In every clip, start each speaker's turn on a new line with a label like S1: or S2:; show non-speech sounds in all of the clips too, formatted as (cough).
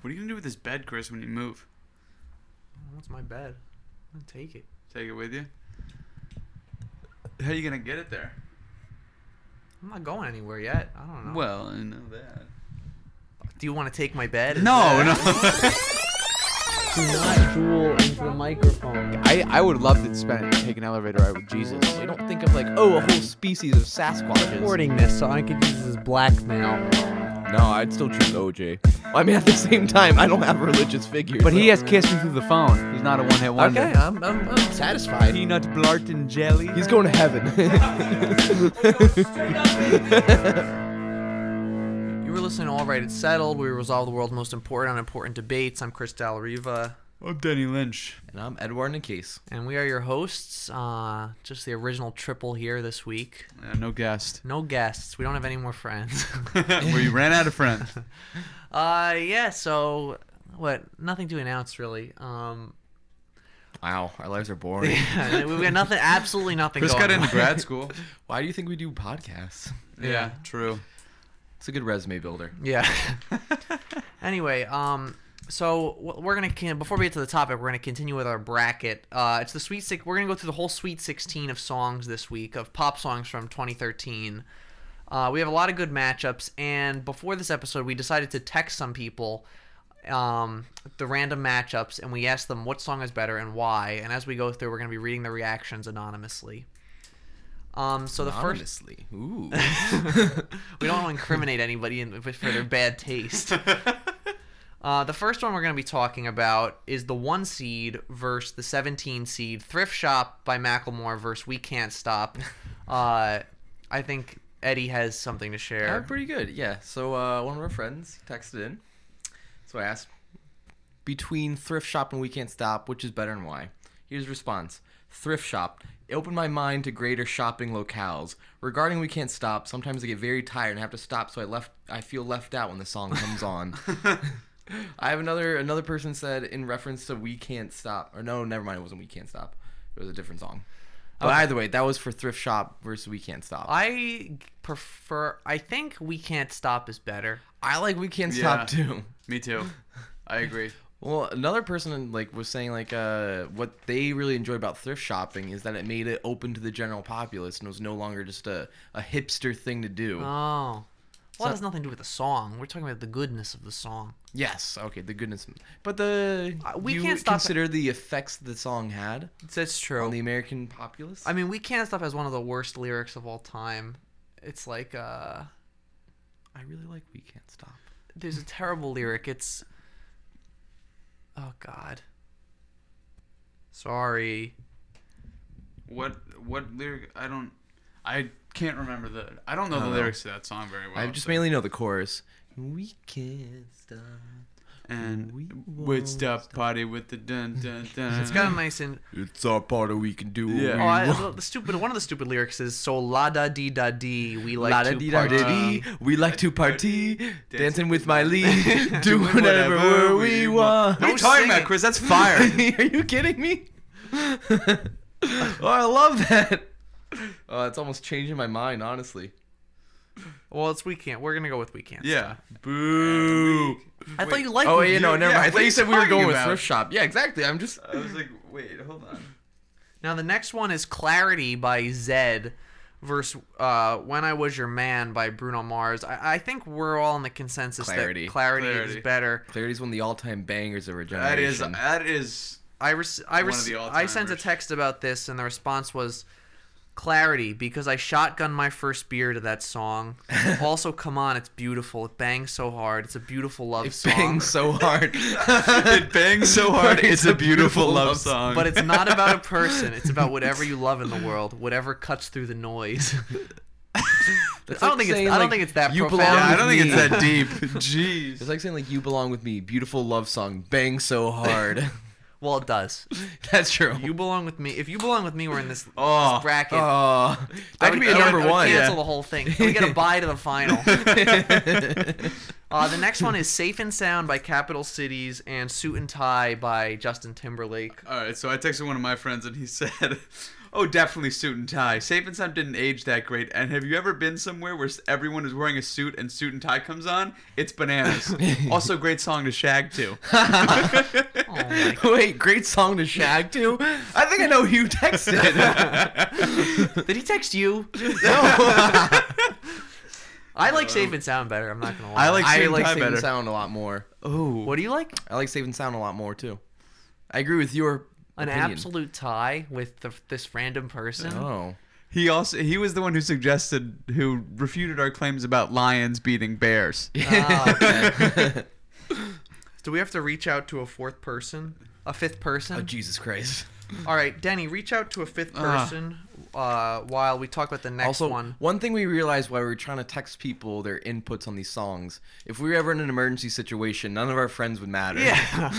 S1: What are you gonna do with this bed, Chris, when you move?
S2: That's my bed. I'll take it.
S1: Take it with you? How are you gonna get it there?
S2: I'm not going anywhere yet. I don't know.
S1: Well, I know that.
S2: Do you want to take my bed? Is
S1: No,
S2: that-
S1: (laughs) no.
S2: Do not drool into the microphone.
S3: I, I would love to spend take an elevator ride with Jesus.
S2: I
S3: You know,
S2: don't think of like, oh, a whole
S3: species of Sasquatches.
S2: recording this, so I could use this as blackmail.
S4: No, I'd still choose OJ. Well, I mean, at the same time, I don't have religious figures.
S3: But he
S4: so-
S3: has kissed me through the phone. He's not a one hit wonder.
S2: Okay, I'm, I'm, I'm satisfied.
S3: Peanut blart and jelly.
S4: He's going to (laughs) heaven.
S2: You were listening to All Right, It's Settled. We resolve the world's most important and unimportant debates. I'm Chris Dalriva,
S1: I'm Denny Lynch.
S4: and I'm Edward Nicase.
S2: and we are your hosts. Uh, just the original triple here this week.
S1: Yeah, no (laughs) guest.
S2: No guests. We don't have any more friends. (laughs)
S1: we ran out of (laughs) friends.
S2: uh, yeah, so what? Nothing to announce, really. Um, (laughs)
S4: Wow, our lives are boring. (laughs)
S2: we got nothing, absolutely nothing
S1: Chris
S2: going
S1: got into
S2: on.
S1: grad school.
S4: Why do you think we do podcasts?
S1: (laughs) Yeah, true.
S4: It's a good resume builder.
S2: Yeah. anyway, um, so wh- we're gonna con- before we get to the topic, we're gonna continue with our bracket. Uh, it's the sweet six. We're gonna go through the whole sweet sixteen of songs this week of pop songs from 2013. Uh, we have a lot of good matchups, and before this episode, we decided to text some people um, the random matchups, and we asked them what song is better and why. And as we go through, we're gonna be reading the reactions anonymously. Um, so the first
S4: Honestly, ooh,
S2: we don't want to incriminate anybody in, for their bad (laughs) taste. Uh, the first one we're going to be talking about is the one seed versus the 17 seed thrift shop by Macklemore versus We Can't (laughs) Stop. Uh, I think Eddie has something to
S4: Uh,
S2: share.
S4: pretty good. Yeah. So uh, one of our friends texted in. So I asked between thrift shop and we can't stop, which is better and why? Here's the response. Thrift shop. It opened my mind to greater shopping locales. Regarding we can't stop, sometimes I get very tired and have to stop, so I left. I feel left out when the song comes on. (laughs) I have another another person said in reference to we can't stop. Or no, never mind. It wasn't we can't stop. It was a different song. But either way, that was for thrift shop versus we can't stop.
S2: I prefer. I think We Can't Stop is better.
S4: I like we can't
S1: Yeah.
S4: stop too.
S1: Me too. (laughs) I agree.
S4: Well, another person like was saying like uh, what they really enjoyed about thrift shopping is that it made it open to the general populace and was no longer just a, a hipster thing to do.
S2: Oh. Well,
S4: So-
S2: it has nothing to do with the song. We're talking about the goodness of the song.
S4: yes, okay, the goodness, but the
S2: Uh, we
S4: you
S2: can't stop-
S4: consider the effects the song had
S2: That's true.
S4: on the American populace.
S2: I mean, We Can't Stop has one of the worst lyrics of all time. It's like, uh,
S4: I really like we can't stop.
S2: there's a terrible lyric. It's, oh God. Sorry.
S1: What what lyric? I don't. I can't remember the. I don't know the
S4: don't know.
S1: lyrics to that song very well.
S4: I just
S1: so-
S4: mainly know the chorus. We can't stop. We
S1: and
S4: won't
S1: would stop party with the dun dun dun.
S2: It's got a nice in.
S4: It's our part of we can do. what
S1: Yeah.
S2: Oh,
S4: we
S2: I,
S4: want.
S2: the, the stupid one of the stupid lyrics is so la da dee da dee. We like
S4: La da
S2: to
S4: dee da
S2: party.
S4: dee, we like to party, dancing with my (laughs) lead, doing
S1: (laughs) Doing
S4: whatever we
S1: What are
S4: want.
S2: No
S1: you talking
S4: (laughs)
S2: singing.
S1: about, Chris? That's fire.
S4: Are you kidding me? oh, I love that. Oh, it's almost changing my mind, honestly.
S2: Well, it's we can't. We're gonna go with we can't.
S1: yeah. Boo.
S2: I thought you liked.
S4: oh,
S2: We
S4: yeah, no,
S2: Can't.
S4: never
S1: yeah, what
S4: mind. I thought
S1: are
S4: you
S1: you
S4: said we were
S1: talking
S4: going with
S1: about?
S4: thrift shop. Yeah, exactly. I'm just.
S1: I was like, wait, hold on.
S2: Now the next one is Clarity by Zed versus uh, When I Was Your Man by Bruno Mars. I, I think we're all in the consensus
S4: Clarity.
S2: that Clarity,
S1: Clarity.
S2: is better.
S4: Clarity's one of the all-time bangers of her generation.
S1: That is that is
S2: I res- I
S1: One of
S2: res-
S1: the
S2: I sent a
S1: all-timers.
S2: text about this and the response was Clarity because I shotgunned my first beer to that song. also, come on, it's beautiful. It bangs so hard. It's a beautiful love
S4: It
S2: song.
S4: bangs so (laughs) hard.
S1: it bangs so
S4: (laughs)
S1: hard. It's a beautiful love song.
S2: But
S1: (laughs)
S2: it's not about a person. It's about whatever you love in the world, whatever cuts through the noise. (laughs)
S4: That's
S2: I don't
S4: like
S2: think it's- I
S4: saying,
S2: don't
S4: like,
S2: think it's that
S4: you
S2: profound.
S4: belong
S1: yeah, I
S4: with
S1: don't think
S4: me.
S1: it's that deep.
S4: It's
S1: Jeez.
S4: like saying like you belong with me, beautiful love song, bang so (laughs) hard.
S2: well, it does.
S4: That's true.
S2: You belong with me. If you belong with me, we're in this, this
S1: Oh,
S2: bracket.
S4: (laughs) Oh,
S2: I
S4: that
S2: would-
S4: could be a
S2: I would-
S4: number
S2: I would
S4: one.
S2: Cancel the whole thing. We get a bye to the final. Uh, the next one is Safe and Sound by Capital Cities and Suit and Tie by Justin Timberlake.
S1: All right, so I texted one of my friends and he (laughs) said, "Oh, definitely suit and tie. Safe and sound didn't age that great. And have you ever been somewhere where s- everyone is wearing a suit and suit and tie comes on? It's bananas. also, great song to shag to. (laughs)
S2: my
S4: (laughs) Wait, great song to shag to. I think I know who you (laughs) texted.
S2: (laughs) Did he text you? (laughs)
S4: no.
S2: I like Safe and Sound better. I'm not gonna lie.
S1: I like
S4: I
S1: suit
S4: like
S1: and tie
S4: saving
S1: better.
S4: sound a lot more.
S1: Oh,
S2: What do you like?
S4: I like saving sound a lot more too. I agree with your
S2: An
S4: opinion.
S2: absolute tie with the, this random person.
S4: (laughs) Oh,
S1: He also he was the one who suggested who refuted our claims about lions beating bears.
S2: Ah,
S4: okay.
S2: Do we have to reach out to a fourth person? A fifth person?
S4: oh Jesus Christ!
S2: All right, Denny, reach out to a fifth
S1: Ah.
S2: person uh, while we talk about the next
S4: also, (laughs)
S2: one.
S4: thing we realized while we were trying to text people their inputs on these songs, if we were ever in an emergency situation, none of our friends would matter.
S2: Yeah.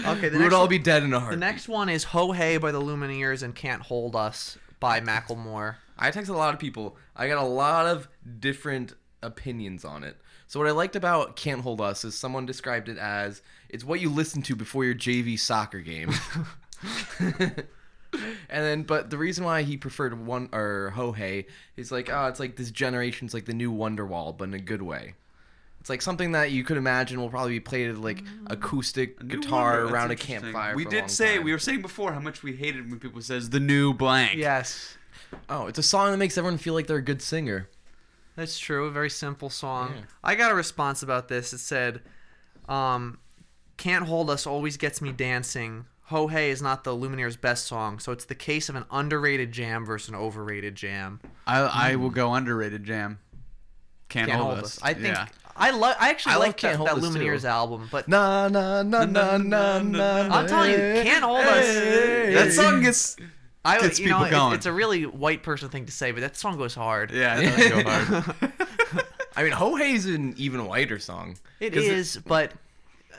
S2: Okay, the
S4: we would
S2: next
S4: all
S2: one-
S4: be dead in a heartbeat.
S2: The next one is Ho Hey by the Lumineers and Can't Hold Us by Macklemore.
S4: I texted a lot of people. I got a lot of different opinions on it. So what I liked about Can't Hold Us is someone described it as it's what you listen to before your JV soccer game.
S1: (laughs)
S4: (laughs) and then but the reason why he preferred one or Ho Hey is like, oh, it's like this generation's like the new Wonderwall, but in a good way. It's like something that you could imagine will probably be played at like acoustic
S1: Mm. New
S4: guitar
S1: wonder, that's
S4: around a
S1: interesting.
S4: campfire.
S1: We
S4: for a long
S1: did say
S4: time.
S1: we were saying before how much we hated when people says the new blank.
S2: Yes,
S4: Oh, it's a song that makes everyone feel like they're a good singer.
S2: that's true. A very simple song.
S4: Yeah.
S2: I got a response about this. It said, um, Can't Hold Us always gets me dancing. Ho Hey is not the Lumineers' best song, so it's the case of an underrated jam versus an overrated jam.
S1: I I will go underrated jam. Can't,
S2: Can't
S1: hold,
S2: Hold
S1: us.
S2: Us. I think
S1: Yeah.
S2: I love. I actually
S4: I
S2: like
S4: love Can't
S2: that,
S4: Hold
S2: that
S4: Us, too.
S2: Lumineers album, but
S4: Na na na na na na.
S2: I'm telling you, Can't Hold Us.
S1: that song gets
S2: I
S1: gets
S2: you know,
S1: people
S2: it's-
S1: going.
S2: It's a really white person thing to say, but that song goes hard.
S1: yeah. It does go hard.
S4: I mean, Ho Hey's an even whiter song.
S2: It
S4: 'Cause
S2: is, but uh,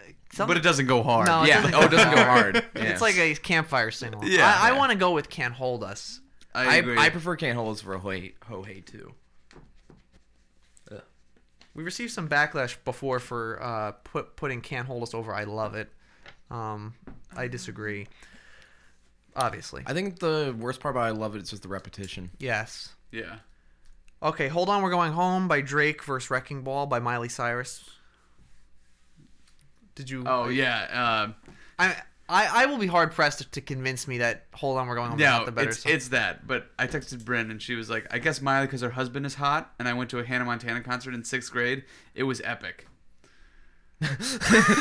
S1: (laughs)
S2: some,
S1: but it doesn't go hard.
S2: No, it
S4: yeah.
S2: doesn't
S4: Oh, it doesn't go
S2: go
S4: hard.
S2: it's like a campfire single.
S1: Yeah.
S2: I, I
S4: Yeah.
S2: want to go with "Can't Hold Us."
S1: I
S4: I,
S1: agree.
S4: I prefer Can't Hold Us for Ho Hey Ho Hey too.
S2: We received some backlash before for uh, put, putting "Can't Hold Us" over "I Love It." Um, I disagree. Obviously,
S4: I think the worst part about I Love It is just the repetition.
S2: yes.
S1: yeah.
S2: Okay, hold on. We're going home by Drake versus "Wrecking Ball" by Miley Cyrus. Did you?
S1: Oh yeah. Uh,
S2: I, I I will be hard pressed to convince me that "Hold on, we're going home" is
S1: No,
S2: not the better
S1: it's,
S2: song.
S1: it's that. But I texted Bryn and she was like, I guess Miley because her husband is hot. And I went to a Hannah Montana concert in sixth grade. It was (laughs) epic.
S2: she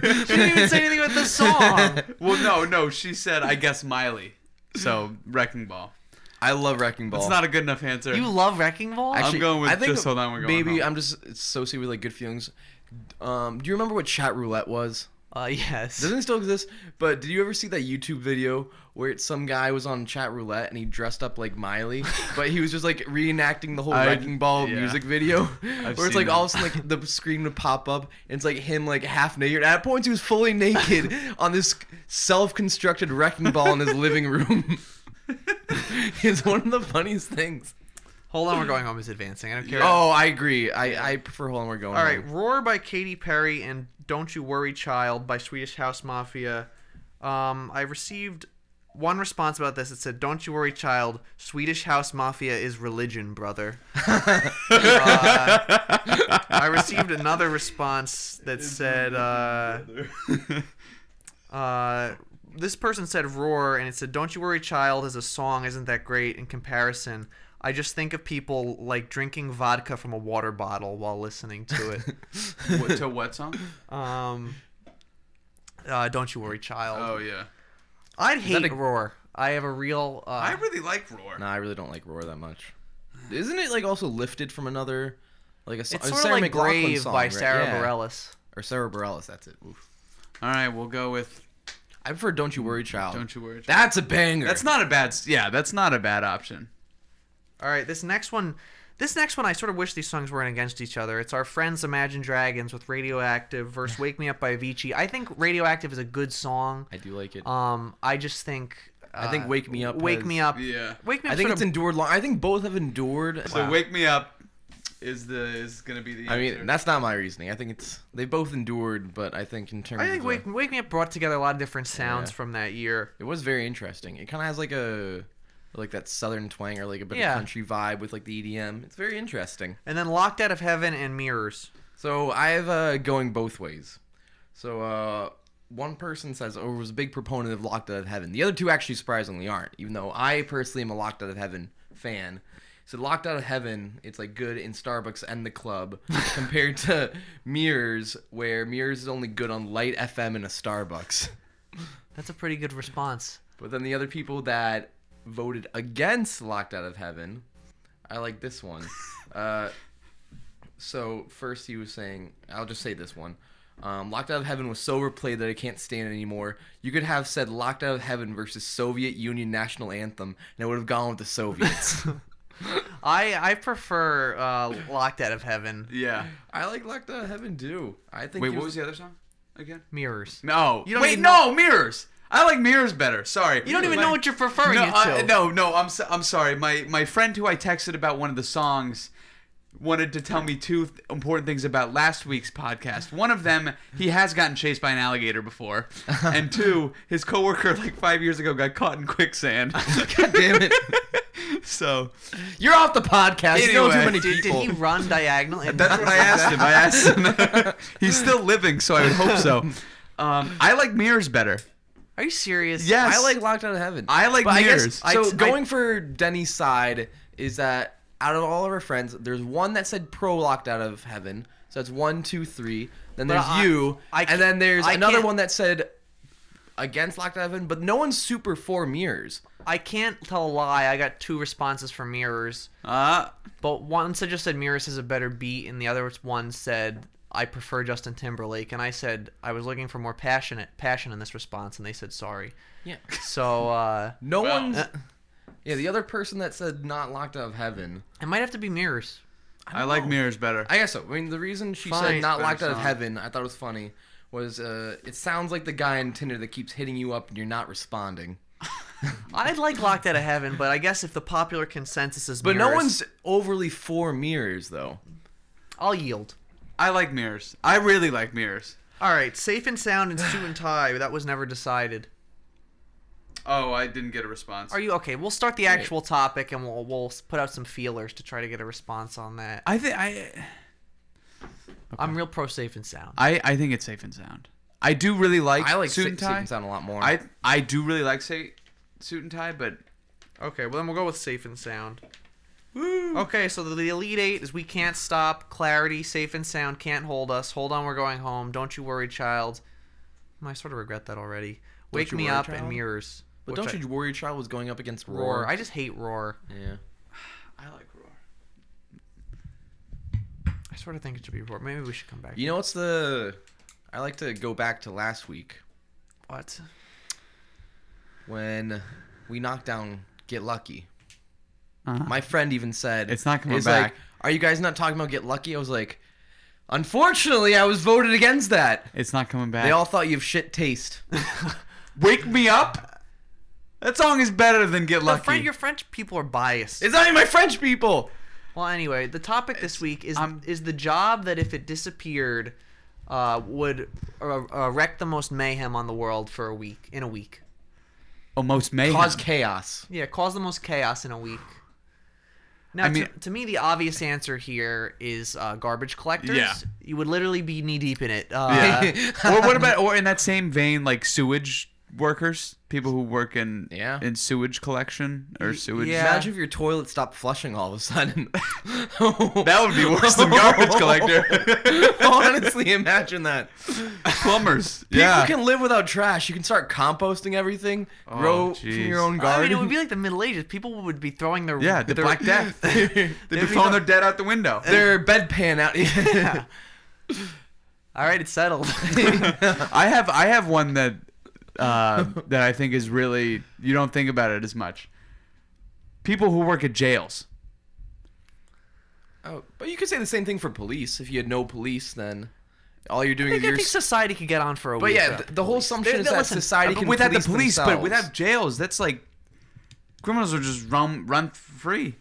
S2: didn't even say anything
S1: (laughs)
S2: about the song.
S1: Well, no, no. She said, I guess Miley. So, Wrecking Ball.
S4: I love Wrecking Ball.
S1: It's not a good enough answer.
S2: You love Wrecking Ball?
S1: I'm going with just hold on, we're going
S4: Maybe
S1: home.
S4: I'm just associated with like good feelings. Um, do you remember what chat roulette was?
S2: uh, yes.
S4: Doesn't it still exist? But did you ever see that YouTube video where it's some guy was on chat roulette and he dressed up
S1: (laughs)
S4: like Miley, but he was just like reenacting the whole
S1: I-
S4: Wrecking Ball
S1: yeah.
S4: music video, (laughs) where
S1: seen
S4: it's like all of a
S1: that.
S4: sudden like the screen would pop up and it's like him like half naked. At points he was
S1: (laughs)
S4: fully naked on this self-constructed Wrecking Ball in his living room. (laughs) it's one of the funniest things.
S2: Hold on, we're going home is advancing.
S1: (laughs)
S2: I don't care.
S4: Oh, I agree. I, I prefer Hold on, we're going.
S2: All right,
S4: Home.
S2: Roar by Katy Perry and Don't You Worry Child by Swedish House Mafia. Um, I received one response about this. It said, "Don't you worry, child. Swedish House Mafia is religion, brother." uh, I received another response that said, uh, uh, "This person said roar, and it said, "Don't you worry, child." As a song, isn't that great in comparison? I just think of people like drinking vodka from a water bottle while listening to it.
S1: (laughs) What, to what song?
S2: Um, uh, don't you worry, child.
S1: Oh, yeah.
S2: I'd
S4: that
S2: hate
S4: a-
S2: Roar. I have a real. Uh,
S1: I really like Roar.
S4: No, I really don't like Roar that much. Isn't it like also lifted from another like a, so-
S2: it's
S4: a
S2: sort of
S4: Sarah
S2: like
S4: McLachlan
S2: Brave
S4: song,
S2: by
S4: right?
S2: Sarah
S4: Yeah.
S2: Bareilles.
S4: or Sarah Bareilles. That's it. Oof.
S1: All right, we'll go with
S4: I prefer "Don't You
S2: Mm,
S4: Worry, Child."
S1: Don't You Worry. Child.
S4: That's a banger.
S1: That's not a bad. s- Yeah, that's not a bad option.
S2: All right, this next one. This next one, I sort of wish these songs weren't against each other. It's our friends Imagine Dragons with Radioactive
S4: (laughs)
S2: versus Wake Me Up by Avicii. I think Radioactive is a good song.
S4: I do like it.
S2: Um, I just think. Uh,
S4: I think "Wake Me Up."
S2: Wake
S4: has-
S2: Me Up.
S1: Yeah.
S2: Wake Me Up.
S4: I think
S2: sort
S4: it's
S2: of-
S4: endured long. I think both have endured.
S1: So, Wake Me Up. is the is gonna be the.
S4: I mean,
S1: answer.
S4: that's not my reasoning. I think it's they both endured, but I think in terms
S2: I think
S4: of
S2: Wake, Wake Me Up brought together a lot of different sounds
S4: Yeah.
S2: from that year.
S4: it was very interesting. It kind of has like a like that southern twang or like a bit
S2: Yeah.
S4: of country vibe with like the EDM. It's very interesting.
S2: And then Locked Out of Heaven and Mirrors.
S4: So I have uh, going both ways. So uh, one person says, "Oh, was a big proponent of Locked Out of Heaven." The other two actually surprisingly aren't, even though I personally am a Locked Out of Heaven fan. So Locked Out of Heaven, it's like good in Starbucks and the club, compared to (laughs) Mirrors, where Mirrors is only good on Light FM and a Starbucks.
S2: That's a pretty good response.
S4: But then the other people that voted against Locked Out of Heaven, I like
S1: (laughs)
S4: this one. uh, so first he was saying, I'll just say this one. Um, Locked Out of Heaven was so replayed that I can't stand it anymore. You could have said Locked Out of Heaven versus Soviet Union national anthem, and I would have gone with
S1: (laughs)
S4: the Soviets.
S2: (laughs) I I prefer uh, Locked Out of Heaven.
S1: yeah.
S4: I like Locked Out of Heaven too. I think.
S1: Wait,
S4: it
S1: what was the other song again?
S2: Mirrors.
S1: No.
S2: You don't
S1: Wait,
S2: even
S1: no, mirrors. I like mirrors better. Sorry.
S2: You don't even
S1: My-
S2: know what you're preferring
S1: no,
S2: it
S1: I-
S2: to.
S1: no, no. I'm so, I'm sorry. My my friend who I texted about one of the songs wanted to tell me two th- important things about last week's podcast. One of them, he has gotten chased by an alligator (laughs) before, and two, his coworker like five years ago got caught in (laughs) quicksand.
S4: (laughs) God damn it!
S1: so
S4: You're off the podcast. you know too
S1: Anyway.
S4: many
S2: Did, did
S4: people.
S2: he run diagonal? And
S1: That's what
S2: (laughs)
S1: I asked him. I asked him. (laughs) He's still living, so I would hope so. Um, I like mirrors better.
S2: Are you serious?
S1: Yes.
S4: I like Locked Out of Heaven.
S1: I like
S4: But I guess-
S1: mirrors.
S2: I-
S4: so going for Denny's side is that out of all of our friends, there's one that said pro locked out of heaven. So that's one, two, three. Then
S2: But
S4: there's
S2: I-
S4: you,
S2: I
S4: and then there's
S2: can't- I
S4: another
S2: can't-
S4: one that said against locked out of heaven. But no one's super for mirrors.
S2: I can't tell a lie. I got two responses from Mirrors,
S1: Uh,
S2: but one said just said Mirrors is a better beat, and the other one said I prefer Justin Timberlake, and I said I was looking for more passionate passion in this response, and they said sorry.
S4: Yeah.
S2: So uh,
S4: No
S1: Well-
S4: one's. Yeah, the other person that said not locked out of heaven.
S2: it might have to be Mirrors.
S1: I like mirrors better.
S4: I guess so. I mean, the reason she
S2: Fine.
S4: said not
S1: Better
S4: locked out of
S1: song.
S4: heaven, I thought it was funny, was uh, it sounds like the guy in Tinder that keeps hitting you up and you're not responding.
S2: I'd like Locked Out of Heaven, but I guess if the popular consensus is
S4: But no
S2: Mirrors,
S4: one's overly for mirrors, though.
S2: I'll yield.
S1: I like mirrors. I really like mirrors.
S2: All right, safe and sound and (sighs) suit and tie. That was never decided.
S1: Oh, I didn't get a response.
S2: Are you okay? We'll start the actual topic and we'll we'll put out some feelers to try to get a response on that.
S1: I think I,
S2: I'm real pro safe and sound.
S1: I I think it's safe and sound. I do really like
S4: I like
S1: suit and tie.
S4: sound a lot more.
S1: I I do really like say suit and tie, but
S2: Okay, well then we'll go with safe and sound. Okay, so the, the elite eight is we can't stop, clarity, safe and sound, can't hold us, hold on, we're going home, don't you worry, child. Mm, I sort of regret that already. Wake
S4: You
S2: me
S4: Worry,
S2: up and
S4: Child?
S2: mirrors.
S4: but
S2: which
S4: don't
S2: I-
S4: you worry, child was going up against
S2: roar?
S4: roar.
S2: I just hate roar.
S4: yeah.
S1: I like roar.
S2: I sort of think it should be roar. Maybe we should come back.
S4: You know what's the? I like to go back to last week
S2: (laughs) what?
S4: when we knocked down "Get Lucky."
S1: Uh-huh.
S4: My friend even said
S1: It's not coming
S4: he's
S1: back.
S4: Like, Are you guys not talking about "Get Lucky"? I was like, unfortunately, I was voted against that.
S1: It's not coming back.
S4: They all thought you have
S1: (laughs)
S4: shit taste.
S1: wake me up. That song is better than Get
S2: The
S1: Lucky.
S2: French, your French people are biased.
S4: it's not even my French people.
S2: Well, anyway, the topic this week is
S1: I'm-
S2: is the job that if it disappeared, uh, would uh, uh, wreck the most mayhem on the world for a week in a week.
S1: oh, most mayhem.
S4: Cause chaos.
S2: Yeah, cause the most chaos in a week. Now,
S1: I
S2: to-
S1: mean-
S2: to, me, the obvious answer here is uh, garbage collectors.
S1: Yeah.
S2: You would literally be knee deep in it. Uh,
S4: (laughs)
S1: Yeah. or what about or in that same vein like sewage workers, people who work in
S4: Yeah.
S1: in sewage collection or sewage.
S2: yeah.
S4: Imagine if your toilet stopped flushing all of a (laughs) sudden.
S1: That would be worse than garbage collector.
S4: (laughs) Honestly, imagine that.
S1: Plumbers.
S4: Yeah.
S1: yeah.
S4: People can live without trash. You can start composting everything, grow from
S1: jeez.
S4: your own
S2: (laughs) I
S4: garden.
S2: mean, it would
S4: (laughs)
S2: be like the Middle Ages. People would be throwing their
S1: yeah, the
S2: their-
S1: Black Death. They'd be throwing their dead out the window.
S4: (laughs) Their bedpan out.
S2: Yeah. (laughs) All right,
S1: (laughs)
S2: it's
S1: (laughs)
S2: settled. (laughs)
S1: I have I have one that uh, (laughs) that I think is really you don't think about it as much. People who work at jails.
S4: (laughs) oh, but you could say the same thing for police. If you had no police, then all you're doing
S2: I
S4: is
S2: think, I
S4: you're.
S2: think
S4: s-
S2: society could get on for a
S4: But
S2: week.
S4: yeah,
S2: though.
S4: th- the whole assumption
S2: They-
S4: is
S2: they-
S4: that
S2: listen,
S4: society can
S1: without the
S4: police
S1: police, but
S4: themselves.
S1: without jails, that's like criminals are just run run free.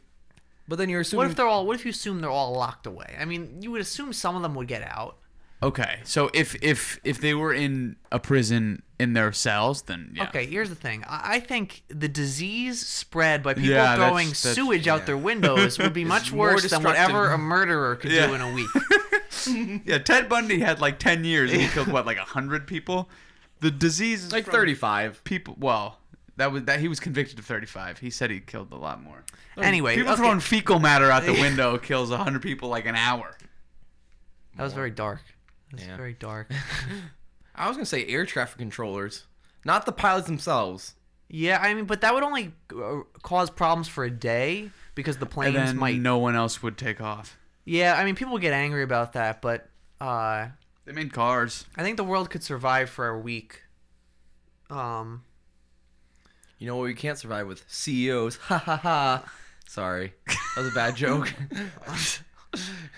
S4: But then you're assuming.
S1: Hmm.
S2: What if they're all? What if you assume they're all locked away? I mean, you would assume some of them would get out.
S1: Okay, so if if if they were in a prison in their cells, then yeah.
S2: Okay, here's the thing. I I think the disease spread by people
S1: Yeah, that's-
S2: throwing
S1: that's-
S2: sewage out their windows would
S1: (laughs)
S2: be much
S4: more
S2: worse than
S4: destructive.
S2: whatever a murderer could
S1: Yeah.
S2: do in
S1: (laughs)
S2: a week.
S1: Yeah, Ted Bundy had like ten years and he killed what, like hundred people. The disease is
S4: like
S1: from
S4: 35.
S1: people. Well, that was that he was convicted of thirty five. He said he killed a lot more.
S2: anyway,
S1: People
S2: okay.
S1: throwing fecal matter
S4: (laughs)
S1: out the window kills hundred people like an hour.
S2: that was very dark. That's
S4: Yeah.
S2: very dark.
S4: I was gonna say air traffic controllers, not the pilots themselves.
S2: Yeah, I mean, but that would only uh, cause problems for a day because the planes
S1: And then
S2: might.
S1: no one else would take off.
S2: Yeah, I mean, people would get angry about that, but uh, I
S1: They made cars.
S2: think the world could survive for a week. Um,
S4: You know what we can't survive with? CEOs. (laughs) Ha ha ha. Sorry, that was a bad
S2: (laughs)
S4: joke.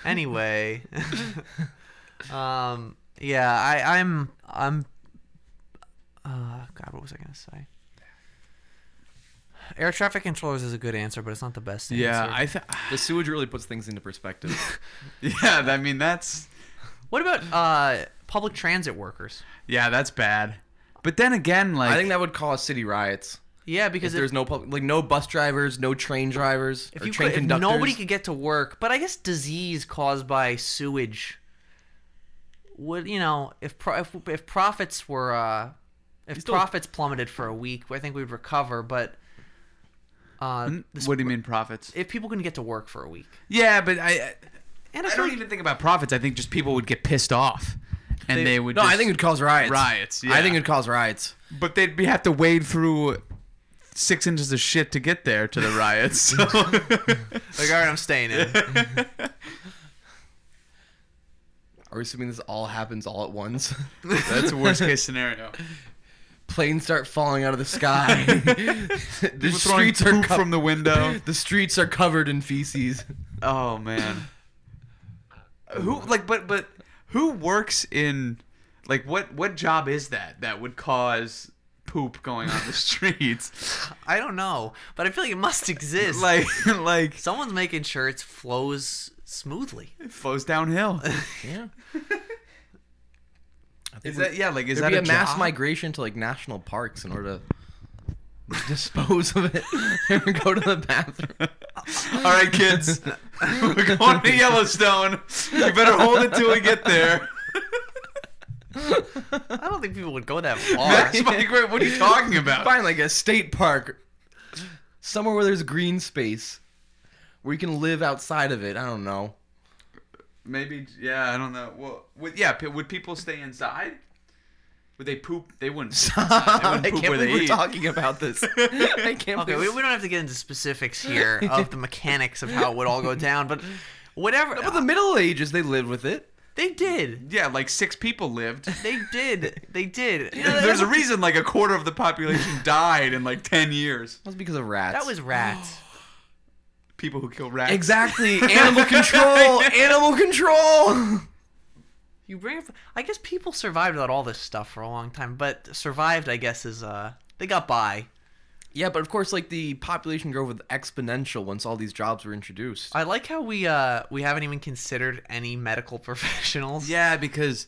S2: anyway (laughs) um yeah i i'm i'm uh god what was i gonna say air traffic controllers is a good answer but it's not the best answer
S1: Yeah, I th-
S4: the sewage really puts things into perspective.
S1: (laughs) yeah. I mean, that's
S2: what about uh public transit workers
S1: yeah, that's bad. But then again, like
S4: I think that would cause city riots.
S2: yeah
S4: Because
S2: because
S4: there's
S2: if,
S4: no public, like no bus drivers, no train drivers,
S2: if
S4: or
S2: you
S4: train
S2: could, if
S4: conductors.
S2: nobody could get to work but i guess disease caused by sewage would you know if pro- if, if profits were uh if
S4: still-
S2: profits plummeted for a week i think we'd recover but uh, the
S1: hmm, what do you mean profits?
S2: if people couldn't get to work for a week.
S1: Yeah, but I
S2: And
S1: I
S2: feel
S1: don't
S2: like-
S1: even think about profits. I think just people would get pissed off, and they, would.
S4: no, I
S1: just-
S4: think it'd cause riots.
S1: Riots, yeah.
S4: I think it'd cause riots.
S1: but they'd be have to wade through six inches of shit to get there to the riots.
S4: (laughs)
S1: So.
S2: like, all right, I'm staying in.
S4: Are we assuming this all happens all at once? (laughs)
S1: That's the worst case scenario.
S4: Planes start falling out of
S2: (laughs)
S4: the sky. (laughs) the
S1: People throwing
S4: streets are
S1: poop
S4: co-
S1: from the window.
S4: (laughs) the streets are covered in feces.
S1: Oh man. Who like but but who works in like what what job is that that would cause poop going on the (laughs) streets?
S2: I don't know, but I feel like it must exist. like,
S1: like (laughs) like
S2: someone's making sure it flows
S4: (laughs)
S2: smoothly.
S1: it flows downhill.
S4: Yeah.
S1: Is that yeah, like is
S4: There'd
S1: that
S4: be
S1: a,
S4: a mass
S1: job?
S4: migration to like national parks in order to (laughs) dispose of it and go to the bathroom.
S1: (laughs) All right, kids. (laughs) We're going to Yellowstone. You better hold it till we get (laughs) there.
S2: I don't think people would go
S4: (laughs)
S2: that far.
S1: Mass migrate, what are you talking about?
S4: Find like a state park, somewhere where there's green space, where you can live outside of it. I don't know.
S1: Maybe yeah, I don't know. Well, would, yeah, p- would people stay inside? Would they poop? They wouldn't. Stay inside. They (laughs)
S4: (laughs) I
S1: wouldn't
S4: can't
S1: poop where
S4: believe
S1: they
S4: we're
S1: eat.
S4: talking
S1: (laughs)
S4: about this. I can't
S2: okay, we,
S4: believe.
S2: we don't have to get into specifics here
S4: (laughs)
S2: of the mechanics of how it would all go down, but whatever.
S4: but the Middle Ages, they lived with it.
S2: they did.
S1: Yeah, like six people (laughs) lived.
S2: They did. They did.
S1: There's a reason like a quarter of the population died in like 10 years.
S4: That was because of rats.
S2: that was rats.
S1: People who kill rats.
S4: exactly
S1: (laughs)
S4: animal control. animal control.
S2: (gasps) You bring up. I guess people survived without all this stuff for a long time, but survived, I guess, is uh, they got by.
S4: Yeah, but of course, like the population growth was exponential once all these jobs were introduced.
S2: I like how we uh we haven't even considered any medical (laughs) professionals.
S1: Yeah, because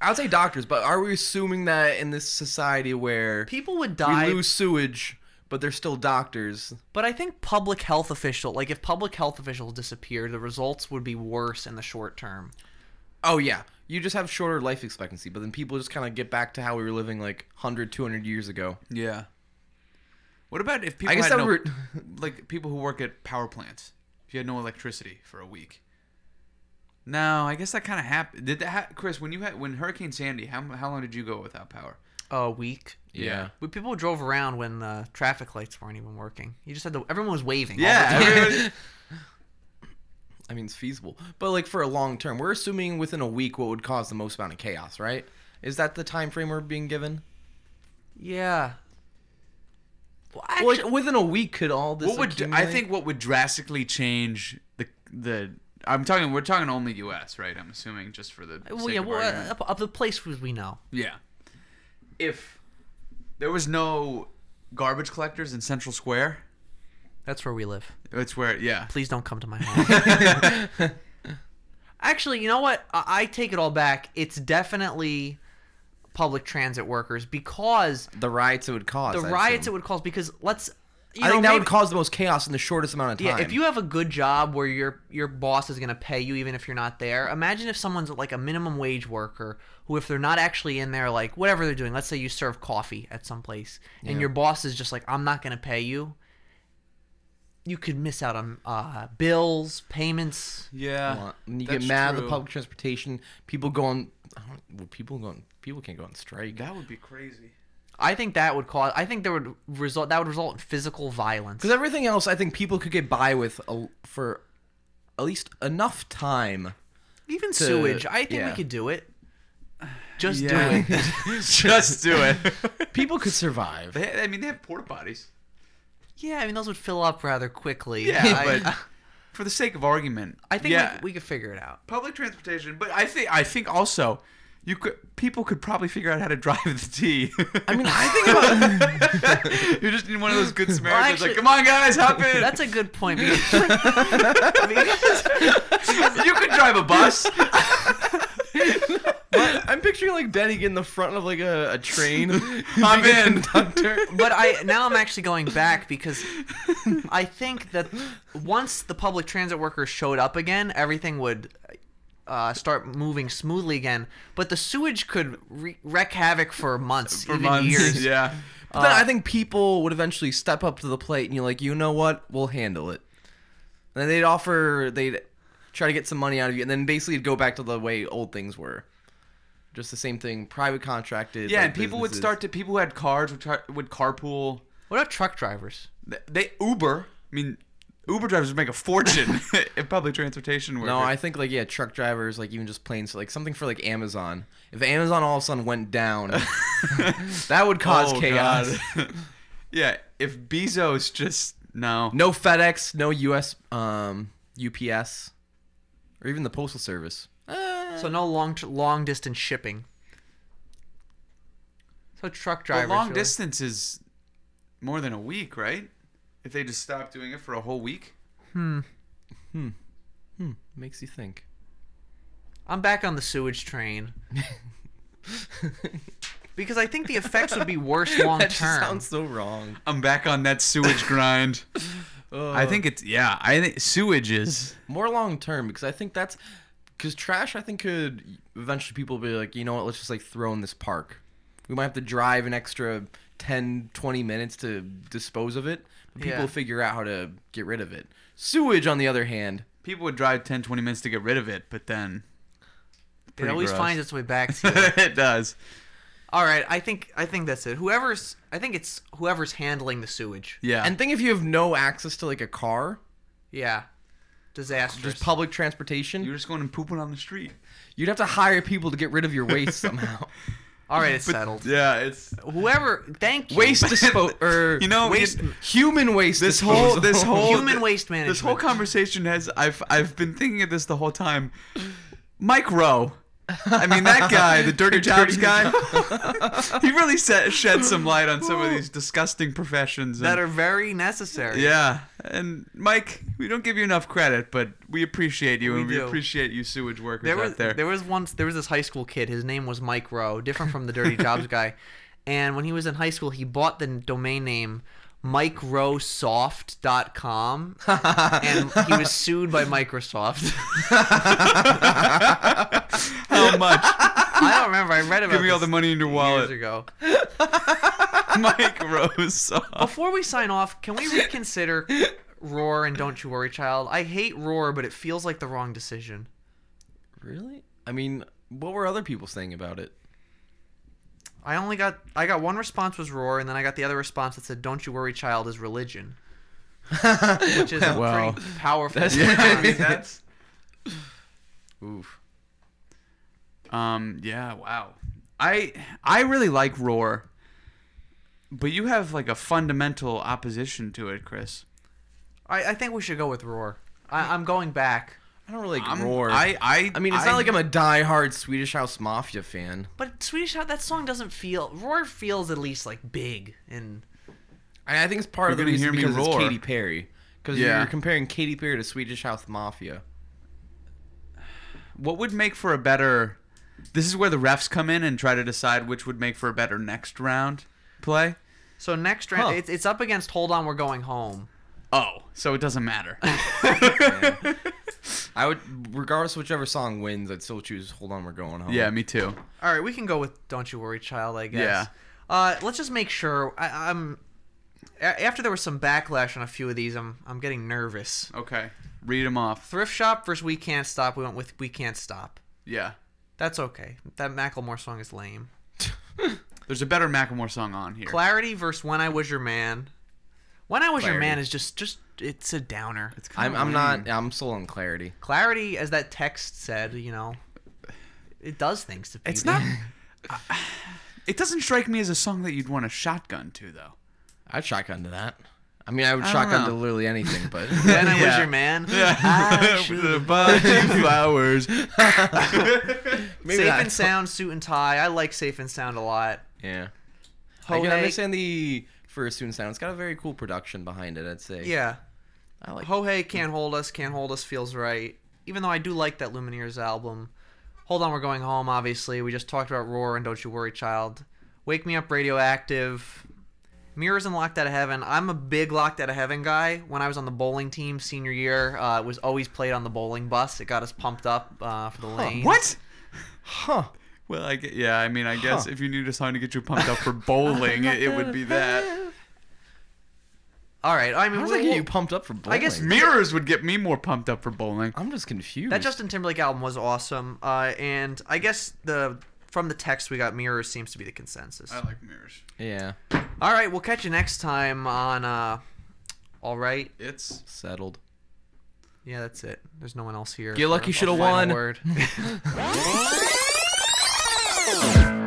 S4: I would say doctors, but are we assuming that in this society where
S2: People would
S4: we
S2: die,
S4: lose sewage, but they're still doctors?
S2: but I think public health official, like if public health officials disappear, the results would be worse in the short term.
S4: Oh yeah, you just have shorter life expectancy, but then people just kind of get back to how we were living like 100, 200 years ago.
S1: yeah. What about if people
S4: I guess
S1: had
S4: that
S1: no,
S4: were
S1: like people who work at power plants? If you had no electricity for a week. No, I guess that kind of happened. Did that ha- Chris, when you had when Hurricane Sandy, how how long did you go without power?
S2: A week.
S1: (laughs) Yeah.
S2: We people drove around when the traffic lights weren't even working. You just had to. Everyone was waving. all the
S1: Yeah. (laughs)
S2: time.
S1: everyone-
S4: I mean, it's feasible, but like for a long term, we're assuming within a week what would cause the most amount of chaos, right? Is that the time frame we're being given?
S2: yeah. Well,
S4: Well,
S2: actually,
S4: like within a week, could all this?
S1: what would I
S4: accumulate?
S1: think what would drastically change the the I'm talking we're talking only US, right? I'm assuming just for the
S2: well,
S1: sake
S2: yeah.
S1: of
S2: Well,
S1: argument.
S2: uh, up, up the place we know.
S1: Yeah. If there was no garbage collectors in Central Square,
S2: That's where we live.
S1: It's where, yeah.
S2: Please don't come to
S4: (laughs)
S2: my house. Actually, you know what? I, I take it all back. It's definitely public transit workers because
S4: The riots it would cause.
S2: the
S4: I
S2: riots it
S4: assume.
S2: would cause. Because let's, you
S4: I
S2: know,
S4: think that
S2: maybe-
S4: would cause the most chaos in the shortest amount of time.
S2: Yeah, if you have a good job where your your boss is going to pay you even if you're not there, imagine if someone's like a minimum wage worker who, if they're not actually in there, like whatever they're doing, let's say you serve coffee at some place, and your boss is just like, "I'm not going to pay you." You could miss out on uh, bills, payments.
S1: Yeah.
S4: want. And you get
S1: That's
S4: mad at the
S1: true.
S4: public transportation. People go on. I don't, well, people go on. People can't go on strike.
S1: That would be crazy.
S2: I think that would cause. I think there would result. That would result in physical violence.
S4: Because everything else, I think people could get by with a, for at least enough time.
S2: Even sewage. I think
S4: yeah.
S2: we could do it. Just
S1: Yeah. (laughs)
S2: do it.
S1: Just do it.
S4: People could
S1: (laughs)
S4: survive.
S1: They, I mean, they have porta potties.
S2: Yeah, I mean those would fill up rather quickly.
S1: Yeah,
S2: I,
S1: but (laughs) for the sake of argument,
S2: I think
S1: yeah,
S2: we, we could figure it out.
S1: public transportation. But I think I think also you could people could probably figure out how to (laughs) drive the T.
S4: I mean, I think
S1: (laughs)
S4: about.
S1: You're just in one of those
S2: (laughs)
S1: good Samaritans,
S2: actually-
S1: like, come on, guys, hop in.
S2: (laughs) That's a good point. Because, because-
S1: you could drive a
S2: (laughs)
S1: bus.
S4: I'm picturing like Benny in the front of like a,
S1: (laughs)
S4: a train.
S1: Hop in. (laughs)
S4: Hunter.
S2: but I now I'm actually going back because I think that once the public transit workers showed up again, everything would uh, start moving smoothly again. But the sewage could re- wreak havoc for months,
S1: For
S2: even
S1: months.
S2: years.
S1: Yeah.
S4: But then
S1: Uh,
S4: I think people would eventually step up to the plate and you're like, you know what? We'll handle it. And then they'd offer, they'd try to get some money out of you, and then basically it'd go back to the way old things were. Just the same thing, private contracted.
S1: Yeah,
S4: like,
S1: and people would
S4: businesses.
S1: start to people who had cars would tar- would carpool.
S2: What about truck drivers?
S1: They, they Uber. I mean, Uber drivers would make a fortune (laughs) if public transportation workers.
S4: No, I think like yeah, truck drivers, like even just planes, like something for like Amazon. If Amazon all of a sudden
S1: (laughs)
S4: went down, that would cause
S1: Oh,
S4: chaos.
S1: God. (laughs) yeah, if Bezos just no,
S4: No FedEx, no US, um, UPS, or even the postal service.
S1: Uh,
S4: Eh.
S2: So no long long distance shipping. So truck
S1: But
S2: drivers.
S1: long
S2: really.
S1: distance is more than a week, right? If they just stop doing it for a whole week.
S4: makes you think.
S2: I'm back on the sewage train. because I think the effects would be (laughs) worse long
S4: that just
S2: term.
S4: sounds so wrong.
S1: I'm back on that sewage
S4: (laughs)
S1: grind. I think it's yeah. I think sewage is
S4: More long term because I think that's because trash. I think could eventually people be like, you know what? Let's just like throw in this park. We might have to drive an extra 10, 20 minutes to dispose of it. But people
S2: Yeah.
S4: figure out how to get rid of it. Sewage, on the other hand,
S1: people would drive 10, 20 minutes to get rid of it, but then (laughs)
S2: it
S1: pretty
S2: always
S1: gross.
S2: finds its way back (laughs) to you.
S1: it does.
S2: All right, I think I think that's it. Whoever's I think it's whoever's handling the sewage.
S1: Yeah.
S4: and think if you have no access to like a car,
S2: Yeah. Disastrous.
S4: just public transportation,
S1: you're just going and pooping on the street.
S4: you'd have to hire people to get rid of your waste somehow.
S2: All right, it's settled.
S1: Yeah, it's
S2: Whoever thank you.
S4: waste disposal, or
S1: You know,
S4: waste,
S1: it-
S4: human waste.
S1: this whole
S4: disposal. (laughs)
S1: this (laughs) whole
S2: Human waste management.
S1: This whole conversation has I've I've been thinking of this the whole time. Mike Rowe. I mean that guy, the (laughs) dirty jobs guy. (laughs) he really set, shed some light on some of these disgusting professions and-
S2: that are very necessary.
S1: yeah, and Mike, we don't give you enough credit, but we appreciate you,
S2: We
S1: and we
S2: do.
S1: appreciate you sewage workers
S2: there was
S1: out there.
S2: was once there was this high school kid. His name was Mike Rowe, different from the Dirty
S1: (laughs)
S2: Jobs guy. And when he was in high school, he bought the domain name
S1: (laughs)
S2: mikerosoft.com and he was sued by Microsoft.
S1: (laughs)
S2: (laughs)
S1: How much?
S2: I don't remember. I read about
S1: give me all the
S2: this
S1: money in your
S2: years
S1: wallet,
S2: ago.
S1: (laughs) Mike Rose.
S2: Before we sign off, can we
S1: (laughs)
S2: reconsider Roar and Don't You Worry Child? I hate Roar, but it feels like the wrong decision.
S4: Really? I mean, what were other people saying about it?
S2: I only got I got one response was roar, and then I got the other response that said, "Don't you worry, child is religion," which is
S1: (laughs)
S2: a
S4: Wow.
S2: pretty powerful.
S4: That's-
S2: response.
S1: I mean, that's
S4: Oof.
S1: Um. Yeah. Wow. I I really like Roar, but you have like a fundamental opposition to it, Chris.
S2: I, I think we should go with roar. I, I'm going back,
S4: I don't really like
S1: I'm-
S4: roar.
S1: I I
S4: I mean, it's
S1: I-
S4: not like I'm a die-hard Swedish House Mafia fan.
S2: but Swedish House that song doesn't feel roar feels at least like big and
S4: I, I think it's part
S1: You're gonna
S4: of the reason
S1: hear me
S4: because
S1: roar.
S4: it's Katy Perry. Because
S1: Yeah.
S4: you're comparing Katy Perry to Swedish House Mafia.
S1: What would make for a better? This is where the refs come in and try to decide which would make for a better next round play.
S2: So next round,
S4: Huh.
S2: it's, it's up against Hold On, We're Going Home.
S1: Oh, so it doesn't
S4: (laughs)
S1: matter.
S4: I would, regardless of whichever song wins, I'd still choose "Hold On, We're Going Home."
S1: yeah, me too.
S2: All right, we can go with "Don't You Worry, Child." I guess.
S1: Yeah.
S2: Uh, let's just make sure. I, I'm a- after there was some backlash on a few of these. I'm I'm getting nervous.
S1: Okay, read them off.
S2: Thrift shop versus We Can't Stop. We went with We Can't Stop.
S1: Yeah,
S2: That's okay. That Macklemore song is lame.
S1: there's a better Macklemore song on here.
S2: Clarity versus When I Was Your Man. When I Was Your
S4: Clarity.
S2: Man is just just it's a downer.
S1: It's kinda
S4: I'm, I'm
S1: lame.
S4: not. I'm still on clarity.
S2: Clarity, as that text said, you know, it does things to people.
S1: It's
S4: (laughs)
S1: not. (sighs) it doesn't strike me as a song that you'd want a shotgun to, though.
S4: I'd shotgun to that. I mean, I would
S1: I don't
S4: shotgun
S1: know.
S4: to literally
S1: (laughs)
S4: anything, but
S2: When I was
S1: Yeah.
S2: your man,
S1: (laughs)
S2: I should
S1: bought you flowers.
S2: safe
S4: I-
S2: and sound, suit and tie. I like safe and sound a lot.
S4: (laughs) yeah. I
S2: Hohe,
S4: can understand the for a student sound. It's got a very cool production behind it. I'd say.
S2: yeah.
S4: I like.
S2: Hohei can't hold us. Can't hold us feels right. Even though I do like that Lumineers album. Hold on, we're going home. Obviously, we just talked about Roar and Don't You Worry, Child. Wake Me Up, Radioactive. Mirrors and Locked Out of Heaven. I'm a big Locked Out of Heaven guy. When I was on the bowling team senior year, uh, it was always played on the bowling bus. It got us pumped up uh, for the lane.
S1: What?
S4: Huh.
S1: Well, I get, yeah, I mean, I guess if you need a song to get you pumped up for bowling, it, it would be that.
S2: All right. I mean,
S4: How does
S2: we'll-
S4: that get
S2: we'll-
S4: you pumped up for bowling?
S2: I guess-
S1: Mirrors would get me more pumped up for bowling.
S4: I'm just confused.
S1: Hmm.
S2: That Justin Timberlake album was awesome, uh, and I guess the from the text we got mirrors seems to be the consensus.
S1: I like mirrors.
S4: yeah.
S2: All right, we'll catch you next time on. Uh, all right,
S1: It's
S4: Settled.
S2: yeah, that's it. There's no one else here.
S4: Get
S2: for
S4: lucky,
S2: a
S4: shoulda
S2: final
S4: won.
S2: word.